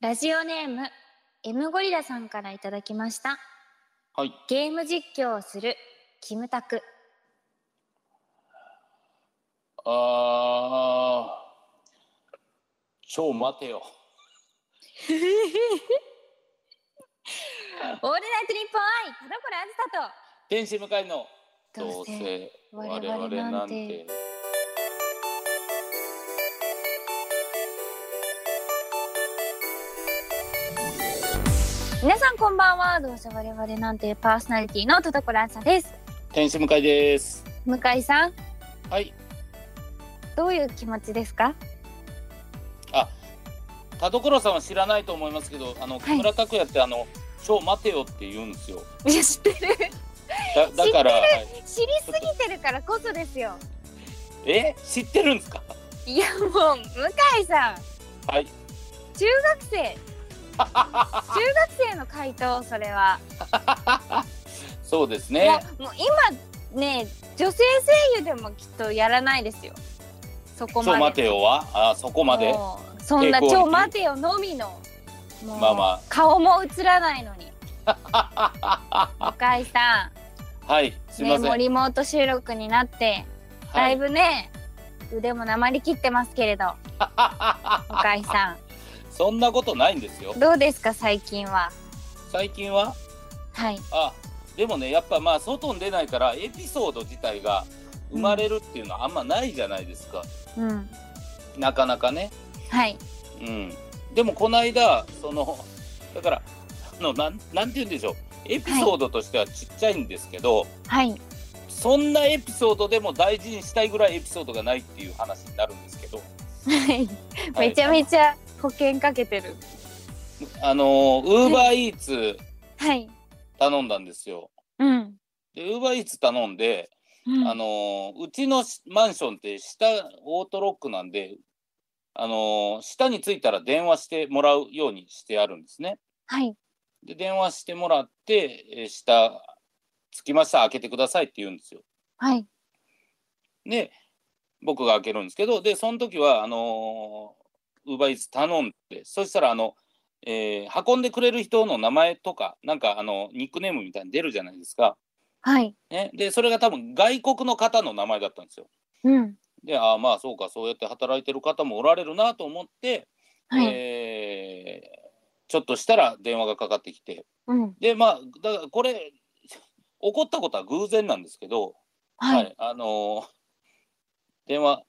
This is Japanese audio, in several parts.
ラジオネーム M ゴリラさんからいただきましたはい。ゲーム実況をするキムタクあー、超待てよ。オールナイトニッポン愛田所あ天使向かいのずさとどうせ我我々なん々てなんて。皆さんこんばんはどうせ我々なんていうパーソナリティの田所あずさです天使向かいです。向井さんはい。どういう気持ちですか田所さんは知らないと思いますけど、あのはい木村拓哉ってあの超待てよって言うんですよ。いや知ってるだだから、はい知りすぎてるからこそですよえ知ってるんですか。いやもう向井さんはい。中学 生中学生の回答それは、そうですいやね。もう今ね女性声優でもきっとやらないですよそこま超で待てよはあそこまで。 もうそんな「抵抗超に待てよ」のみのもうまあまあ顔も映らないのに向井さはい。すん、みね、まもうせん。リモート収録になってだはい ぶね、腕もなまりきってますけれどい。向井さそんなことないんですよん。どうですか最近は最近ははいあでもねやっぱまあ外に出ないからエピソード自体が生まれるっていうのはあんまないじゃないですか、うんなかなかねはいうんでもこの間そのだからあのなんなんて言うんでしょうエピソードとしてはちっちゃいんですけど、はいそんなエピソードでも大事にしたいぐらいエピソードがないっていう話になるんですけど、 はいめちゃめちゃ保険かけてるあのウーバーイーツはい頼んだんですようん、でウーバーイーツ頼んでうんあのーうちのしマンションって下オートロックなんで、あのー下に着いたら電話してもらうようにしてあるんですね。はいで電話してもらって、えー下着きました開けてくださいって言うんですよ。はいで僕が開けるんですけどでその時はあのウーバーイーツ頼んでそしたらあの、えー運んでくれる人の名前とかなんかあのニックネームみたいに出るじゃないですか。はいね、でそれが多分外国の方の名前だったんですよ。うんでああまあそうかそうやって働いてる方もおられるなと思って、はい、えーちょっとしたら電話がかかってきてうんでまあだからこれ 起こったことは偶然なんですけど、はい、あのー電話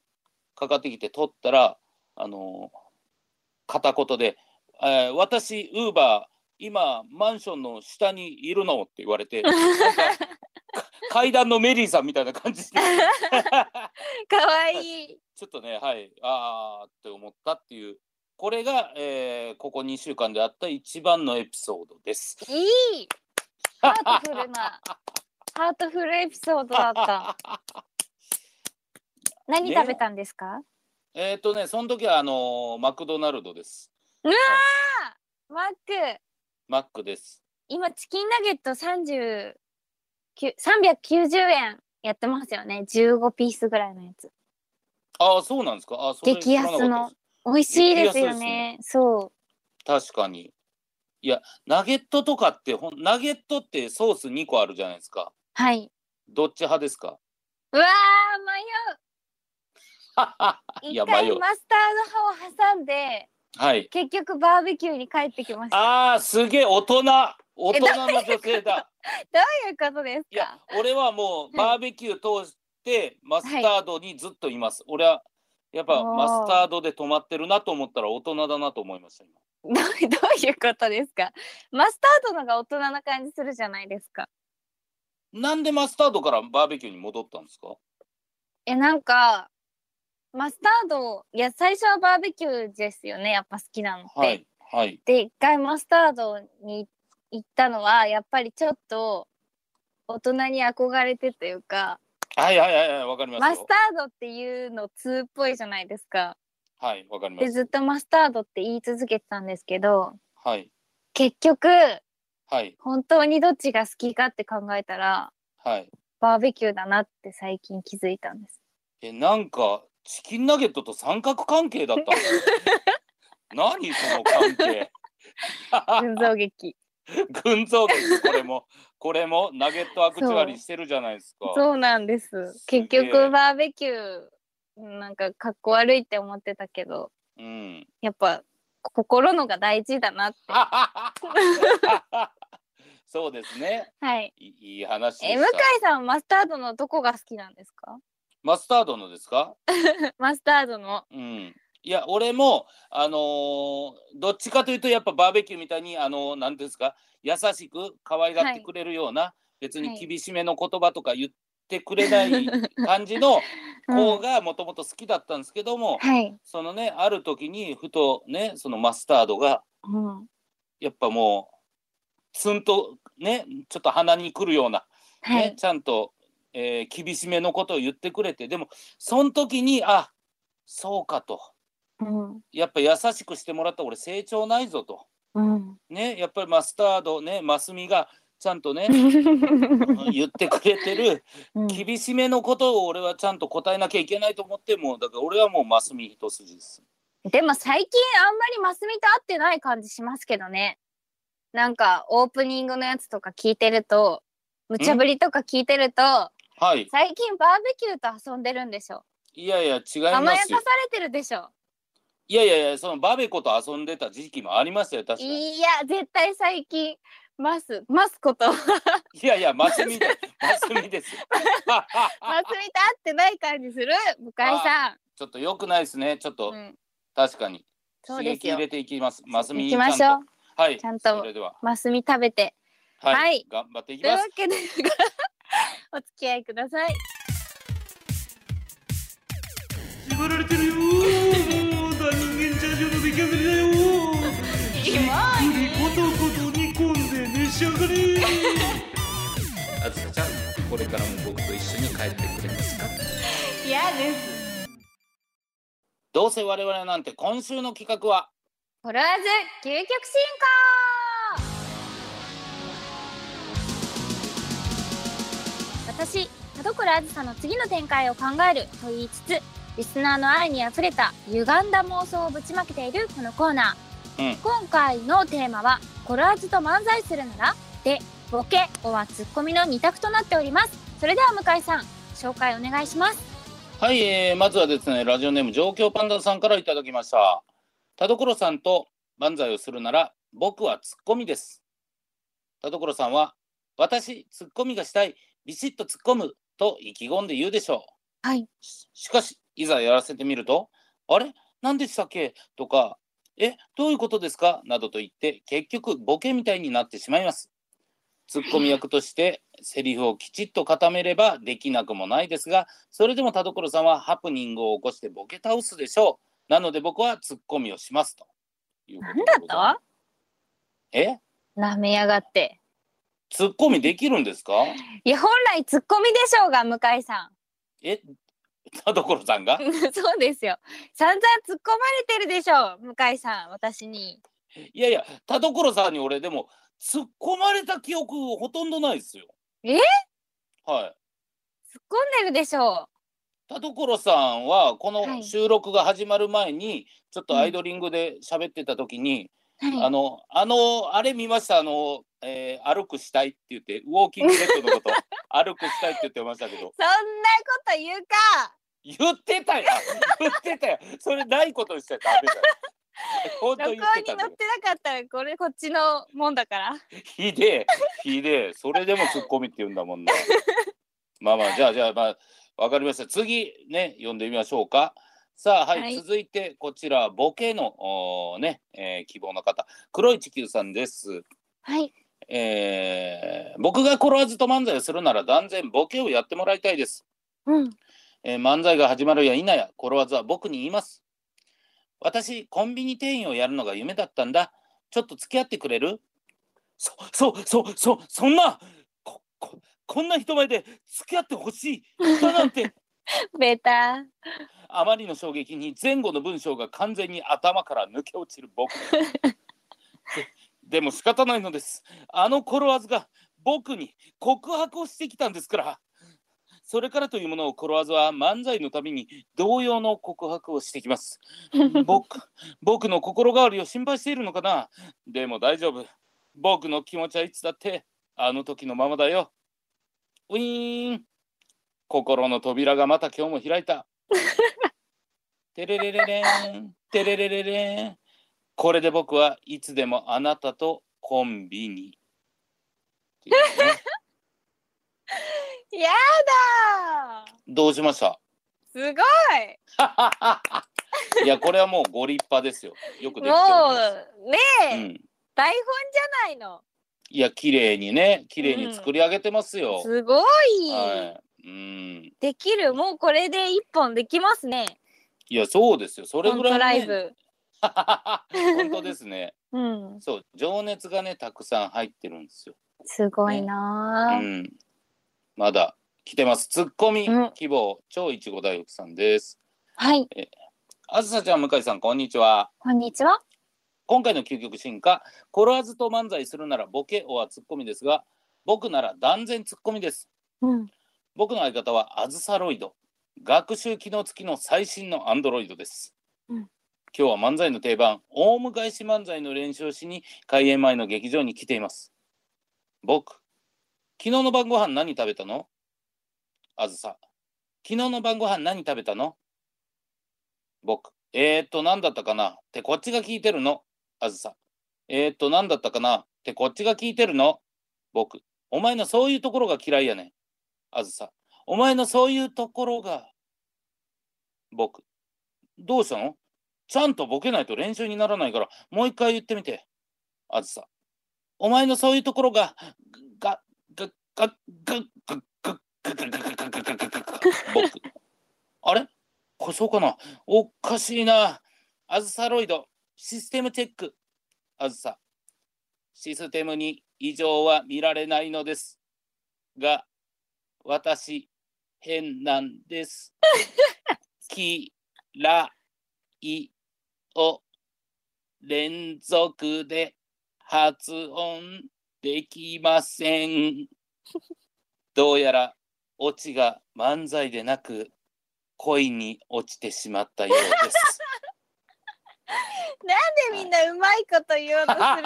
かかってきて取ったらあのー片言で「えー私ウーバー今マンションの下にいるの?」って言われ てなんか階段のメリーさんみたいな感 じで。かわいいちょっとね、はい、あーって思ったっていう、これが、えーここ2週間であった一番のエピソードです。 いいハートフルなハートフルエピソードだ った何ね食べたんですか、えっとね、その時はあのーマクドナルドです。うわーマックマックです。今チキンナゲット39 390円やってますよね15ピースぐらいのやつああ、そうなんですか。あーそれ激安の知らなかったで美味しいですよね激安ですねそす確かに。いや、ナゲットとかってほん、ナゲットってソース2個あるじゃないですか。うはいどっち派ですか うわー迷いうや、一迷回う。マスターの葉を挟んではい。結局バーベキューに帰ってきましたああ、すげえ、大人。大人の女性だ。ということですいやか、俺はもうはバーベキュー通してマスタードにずっといます。俺はやっぱおーマスタードで止まってるなと思ったら大人だなと思いました。今 どうどういうことですかマスタードのが大人な感じするじゃないですかなんでマスタードからバーベキューに戻ったんですかえなんかマスタードいや最初はバーベキューですよねやっぱ好きなのって、はいはいで一回マスタードに行ったのはやっぱりちょっと大人に憧れてというかはいはいはいはいわかりまマすスよ。タードっていうの通っぽいじゃないですかはいわかりま。ですずっとマスタードって言い続けてたんですけどはい結局はい本当にどっちが好きかって考えたらはい。バーベキューだなって最近気づいたんですえなんか チキンナゲットと三角関係だったんだ。何その関係。 群像劇群像劇これもこれもナゲットアクチュアリーしてるじゃないですかそうなんですすげえ結局バーベキューなんかかっこ悪いって思ってたけどうんやっぱ心のが大事だなって そうですねはいいいい話でえし向井たさんはマスタードのどこが好きなんですか マスタードのですかマスタードのうんいや俺もあのーどっちかというとやっぱバーベキューみたいにあのーなんていうんですか優しく可愛がってくれるような、別に厳しめの言葉とか言ってく れない感じの子うんがもともと好きだったんですけども、はい、そのねある時にふとねそのマスタードがうん、やっぱもうツンとねちょっと鼻にくるような、ねはいちゃんと、えー厳しめのことを言ってくれてでもその時にあそうかとうんやっぱ優しくしてもらった俺成長ないぞとうんねやっぱりマスタードねマスミがちゃんとね言ってくれてるうん厳しめのことを俺はちゃんと答えなきゃいけないと思ってもうだから俺はもうマスミ一筋です。でも最近あんまりマスミと会ってない感じしますけどね。なんかオープニングのやつとか聞いてると、無茶ぶりとか聞いてると、はい最近バーベキューと遊んでるんでしょ。いやいや違い甘まやかすさよれ。てるでしょ。いやいやいやそのバベコと遊んでた時期もありましたよ確かに。いや、絶対最近、マス、マスこと、マスミと会いやいやマスミでマス ミですよ。ってない感じする向井さちょっと良くないですねちょっん。とうん、確かにそう刺で激す入よ。れていきます。マスミ行きましょう。う。はいちゃんそとれではマスミ食べて。はい、はい頑張っていきというまわす。けで、 お付き合いください。縛られてるよもう大人間じゃちょっと出来上がりだよキモゆっくりコトコト煮込んで召し上 がれあずさちゃんこれからも僕と一緒に帰ってくれますか。い嫌です。どうせ我々なんて今週の企画はフォロワーズ究極進化私田所あずさの次の展開を考えると言いつつリスナーの愛にあふれた歪んだ妄想をぶちまけているこのコーナー、うん今回のテーマは「コラーズと漫才するなら?」でボケおはツッコミの二択となっておりますそれでは向井さん紹介お願いしますはい、えーまずはですねラジオネーム状況パンダさんからいただきました田所さんと漫才をするなら僕はツッコミです田所さんは私ツッコミがしたいビシッとツッコむと意気込んで言うでしょうはいししかしいざやらせてみるとあれ何でしたっけとかえどういうことですかなどと言って結局ボケみたいになってしまいますツッコミ役としてセリフをきちっと固めればできなくもないですがそれでも田所さんはハプニングを起こしてボケ倒すでしょう。なので僕はツッコミをしますということでございます。なんだえなめやがってツッコミできるんですかいや本来ツッコミでしょうが向井さんえ田所さんが そうですよ。散々突っ込まれてるでしょ向井さん、私に。いやいや、田所さんに俺でも突っ込まれた記憶ほとんどないですよ。えはい。突っ込んでるでしょ田所さんはこはのい収録が始まる前にちょっとアイドリングで喋ってた時に、う。はあい。の、あの、あれ見ました、あの、えー歩くしたいって言って、ウォーキングデッドの こと、歩くしたいって言ってましたけど、そんなこと言うか。言ってたやん言ってたやんそれないことにしちゃダメだ よ。本当録に音言ってたにんだ載っよてなかったら、これこっちのもんだから。ひでえ、ひでえ、それでもツッコミって言うんだもんな。まあまあ、じゃあじゃあ、まあ、わかりました。次、ね、読んでみましょうか。さあ、はい、はい続いて、こちら、ボケの、おーね、えー希望の方、黒い地球さんです。はい。えー僕がコロワーズと漫才をするなら断然ボケをやってもらいたいです、うん。えー漫才が始まるや否やコロワーズは僕に言います私コンビニ店員をやるのが夢だったんだちょっと付き合ってくれるそそうそうそうそんなこここんな人前で付き合ってほしいだなんてベタ。あまりの衝撃に前後の文章が完全に頭から抜け落ちる僕 ででも仕方ないのですあのコロワーズが僕に告白をしてきたんですからそれからというものをコロワーズは漫才のために同様の告白をしてきます。僕僕の心変わりを心配しているのかなでも大丈夫。僕の気持ちはいつだってあの時のままだよ。ウィーン心の扉がまた今日も開いた。テレレレレーン、テレレレレーン。これで僕はいつでもあなたとコンビニ。っていうねやだーどうしましたすごいいやこれはもうご立派ですよ。よくできておりもます。うねえ、うん、台本じゃないのいや綺麗にね綺麗に作り上げてますよ。すごい、はい。うん。できるもうこれで一本できますねいやそうですよ。それコぐンらトい、ね、ライブ 本当ですね。うんそう情熱がねたくさん入ってるんですよ。すごいなうー、ん。まだ来てます。ツッコミうん希望超いちご大福さんです。はいあずさちゃん向井さんこんにちは。こんにちは今回の究極進化コロワーズと漫才するならボケおはツッコミですが僕なら断然ツッコミです。うん僕の相方はアズサロイド学習機能付きの最新のアンドロイドです、うん今日は漫才の定番オウム返し漫才の練習をしに開演前の劇場に来ています僕昨日の晩ご飯何食べたのあずさ昨日の晩ご飯何食べたの僕えー、っと何だったかなってこっちが聞いてるのあずさえー、っと何だったかなってこっちが聞いてるの僕お前のそういうところが嫌いやねんあずさ、お前のそういうところが。僕、どうしたのちゃんとボケないと練習にならないから、もう一回言ってみて。あずさ、お前のそういうところが、が、が、が、が、が、が、が、が、が、が、が、が、が、が、僕。あれ故障かなおかしいな。あずさロイド、システムチェック。あずさ、システムに異常は見られないのです。が、私変なん です。きらいを連続で発音できません。どうやらオチが漫才でなく恋に落ちてしまったよう です。なんでみんなうまいこと言おう とするの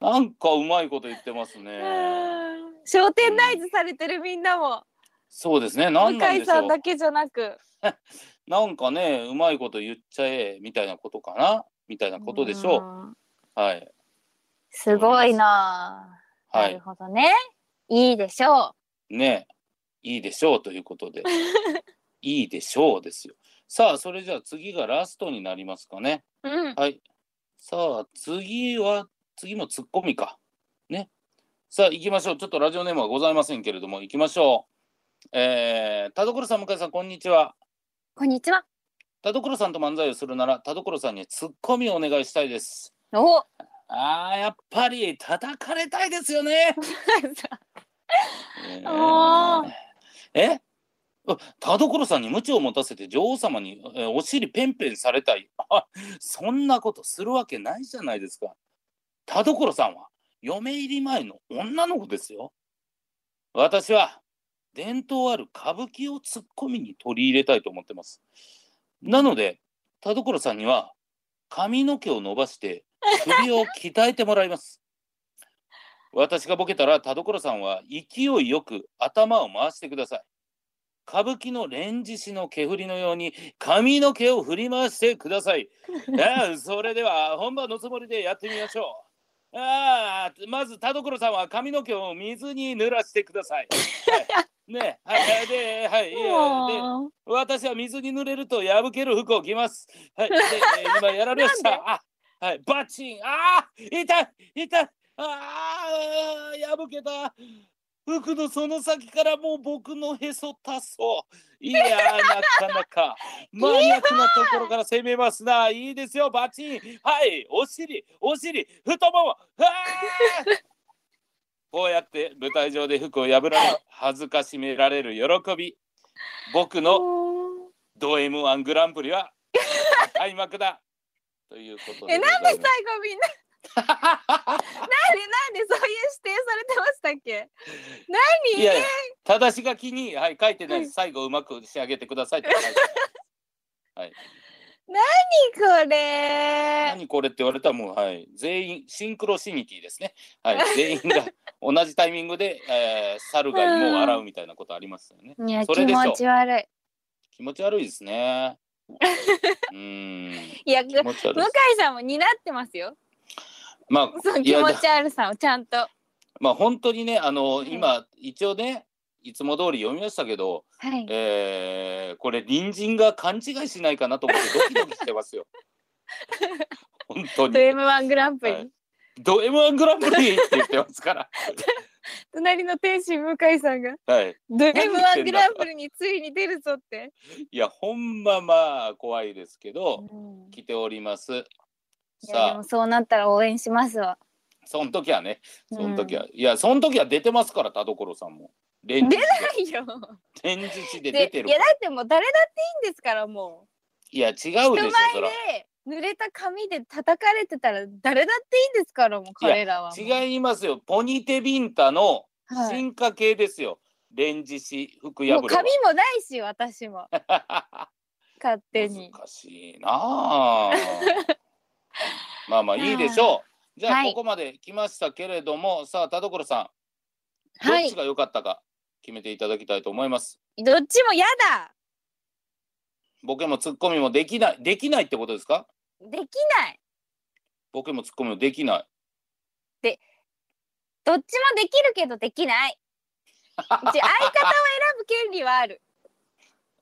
なんかうまいこと言ってま すね。うん商店ナイズされてるみんなもそうですね。なんなん向井でしょさ。うんだけじゃなくなんかね、うまいこと言っちゃえみたいなことかな、みたいなことでしょう。んはい。すごいなぁ、はなるい、ほどねいいでしょねいいでしょうということでいいでしょうですよさあそれじゃあ次がラストになりますかねううんはいさあ次は次もツッコミかねさあ行きましょうちょっとラジオネームはございませんけれども行きましょうえー、田所さん向井さんこんにちはこんにちは田所さんと漫才をするなら田所さんにツッコミをお願いしたいです おあーやっぱり叩かれたいですよねえーあえあ田所さんに鞭を持たせて女王様にえーお尻ペンペンされたい あそんなことするわけないじゃないですか田所さんは嫁入り前の女の子ですよ私は伝統ある歌舞伎をツッコミに取り入れたいと思ってますなので田所さんには髪の毛を伸ばして首を鍛えてもらいます私がボケたら田所さんは勢いよく頭を回してください。歌舞伎の連獅子の毛振りのように髪の毛を振り回してください。ああそれでは本番のつもりでやってみましょう。ああまず田所さんは髪の毛を水に濡らしてください。はい、ねはいではいでもう私は水に濡れると破ける服を着ます。はい、でえー今やられました。あはい、バチン、ああ、痛い、痛い、ああ、破けた。服のその先からもう僕のへそたそう。いやー、なかなか。マニアックなところから攻めますな。いいですよ、バチン。はい、お尻、お尻、太もも。ああこうやって舞台上で服を破られ、恥ずかしめられる喜び。僕のド M1 グランプリは開幕だということでえなんで最後ございみんなますなんでなんでそういう指定されてましたっけいや何ただし書きに、はい、書いてないです最後うまく仕上げてくださ いって書いてあるはい、これ何これって言われたらもう、はい、全員シンクロシニティですね、はい、全員が同じタイミングで、えー猿が芋を洗うみたいなことありますよねいやそれ気でしょ持ち悪い気持ち悪いですねうーんいや気向持ち悪い で井すさんも担ってますよまあそのい気や持ち悪さをちゃんとはまあ本当にねあのい今一応ねいつも通り読みましたけど、いえーこれ隣人が勘違いしないかなと思ってドキドキしてますよ 本当とに M1 グランプリ、はいド M1 グランプリって言ってますから 隣の天使向井さんがはい「ド M1 何言ってんだグランプリについに出るぞ」って、いやほんままあ怖いですけどうん来ておりますいやでさもあそうなったら応援しますわそん時はねそん時は、いやそん時は出てますから田所さんも連出日でないよ連日でで出てるいやだってもう誰だっていいんですからもいや違うでしうょ人前そらで濡れた髪で叩かれてたら誰だっていいんですからもう彼らはもう違いますよポニテビンタのはい進化系ですよ、連日し服も破うれは 髪もないし私も勝手に難しいなあ まあまあいいでしょうじゃあはいここまで来ましたけれども、さあ田所さんどはっいちが良かったか決めていただきたいと思います、どっちもやだボケもツッコミもできないできないってことですかできないボケもツッコミもできないどっちもできるけどできないうち相方を選ぶ権利はある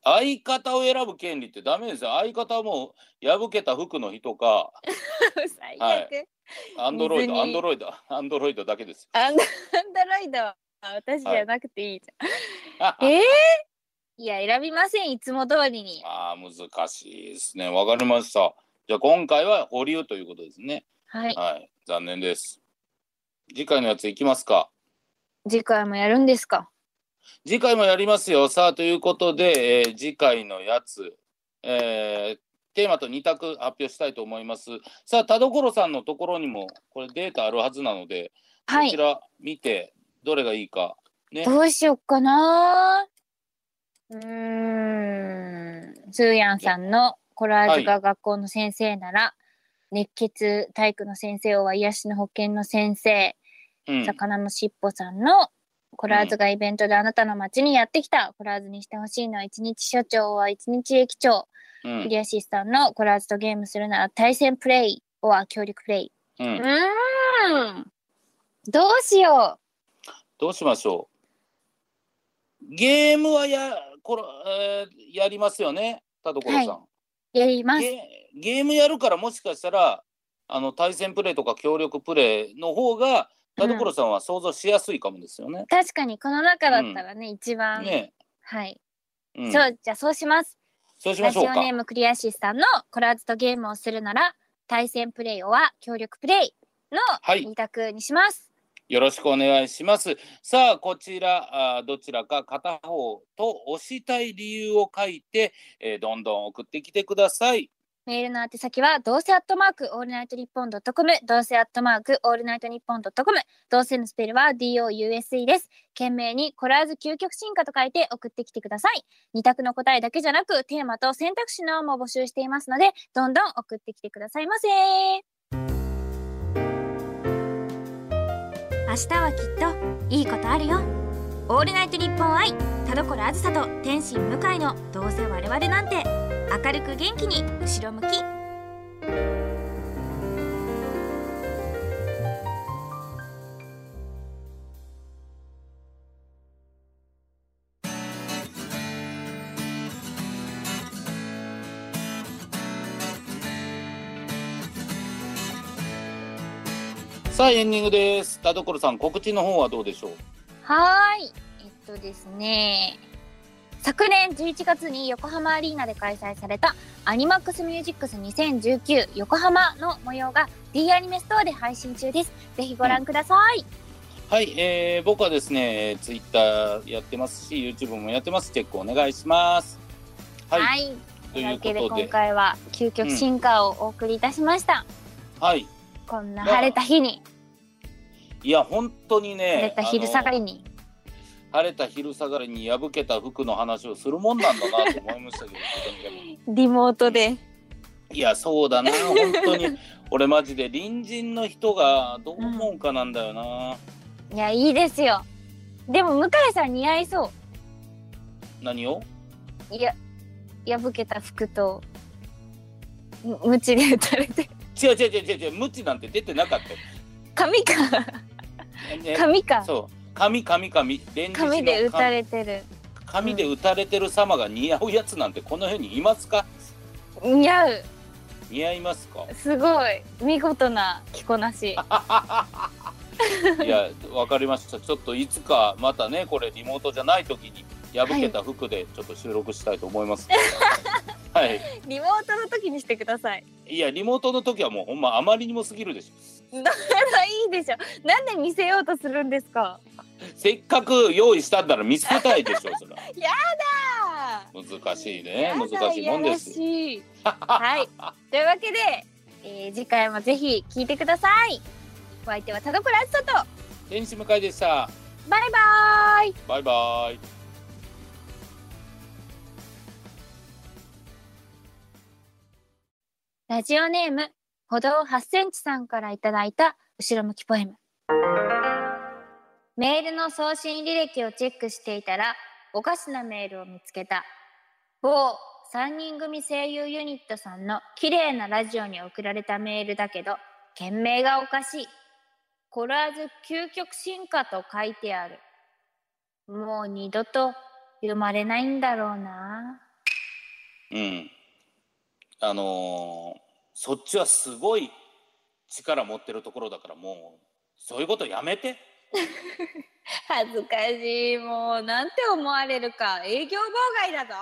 相方を選ぶ権利ってダメですよ相方はもう破けた服の日とか最悪、はいアンドロイド水アにンドロイド アンドロイドだけですよアンドアンドロイドは私じゃなくていいじゃん、えー、いや選びませんいつも通りに ああ難しいですね。わかりました。じゃあ今回は保留ということですね。はいはい、残念です。次回のやついきますか。次回もやるんですか次回もやりますよ。さあということで、えー次回のやつ、えーテーマと2択発表したいと思います。さあ田所さんのところにもこれデータあるはずなので、はこちいら見てどれがいいか。どうしよっかなうーんスーヤンさんのコラージュが学校の先生なら、熱血体育の先生は癒しの保健の先生うん、魚のしっぽさんのコラーズがイベントであなたの町にやってきた、コラーズにしてほしいのは一日所長は一日駅長、うクん、リアシスさんのコラーズとゲームするなら対戦プレイは協力プレイう、うんーんどうしよどうしましょう。ゲームはやこれ、えーやりますよね、田所さん。はうやりますゲゲームやるからもしかしたらあの対戦プレイとか協力プレイの方が田所さんは想像しやすいかもですよね。確かにこの中だったらね、一番、ね、はい、うん、そうじゃあそうしますそうしまラジしょうオかネ。ームクリアシスさんのコラーズとゲームをするなら対戦プレイは協力プレイのはい2択にします、よろしくお願いします。さあこちらあーどちらか片方と推したい理由を書いて、えーどんどん送ってきてください。メールの宛先は、どうせアットマークオールナイトニッポンドットコム、どうせアットマークオールナイトニッポンドットコム、どうせのスペルは DOUSE です。懸命にコラーズ究極進化と書いて送ってきてください。二択の答えだけじゃなく、テーマと選択肢の案も募集していますので、どんどん送ってきてくださいませ。明日はきっといいことあるよ。オールナイトニッポン愛、田所あずさと天心向井のどうせ我々なんて。明るく元気に後ろ向きさあエンディングです。田所さん告知の方はどうでしょう。はーいえっとですね昨年11月に横浜アリーナで開催されたアニマックスミュージックス2019横浜の模様が D アニメストアで配信中ですぜひご覧ください、はい、えー僕はですね、えー Twitter やってますし、YouTube もやってます。チェックお願いします。はい、はい、とといいううこわけとでで今回は究極進化をお送りいたしました、はい、こんな晴れた日にいや本当に晴れね、た昼下がりにあの晴れた昼下がりに破けた服の話をするもんなんだなと思いましたけどとにかリモートで。くいやそうだな本 当に俺マジで隣人の人がどう思うかなんだよな、いや、いいですよ。でも、向井さん似合いそ何をう。いや、破けた服と、む無知で打たれて。違う違う違う違う違う無知なんて出てなかったよ髪か。えね髪か。そう髪髪髪連日の髪で打たれてる。髪で打たれてる様が似合うやつなんてこの世にいますか似合う。似合いますかすごい。見事な着こなし。いやわかりましたちょっといつかまたねこれリモートじゃない時に破けた服でちょっと収録したいと思います、はい、い、リモートの時にしてください。やリモートの時はもうほんまあまりにも過ぎるでしだからいいでしょ。なんで見せようとするんですか。ょせっかく用意したんなら見つけたいでしょそれはあ難しいね難しいもんですやだやらしいはい。というわけで、えー、次回もぜひ聞いてください。お相手は田所あずさと。天使向かいでしたバイバーイ。バイバイラジオネーム、歩道8センチさんからいただいた後ろ向きポエム。メールの送信履歴をチェックしていたら、おかしなメールを見つけた。某3人組声優ユニットさんの綺麗なラジオに送られたメールだけど、件名がおかしい。コラーズ究極進化と書いてある。もう二度と読まれないんだろうな。うん、あのーそっちはすごい力持ってるところだからもうそういうことやめて恥ずかしいもうなんて思われるか営業妨害だぞ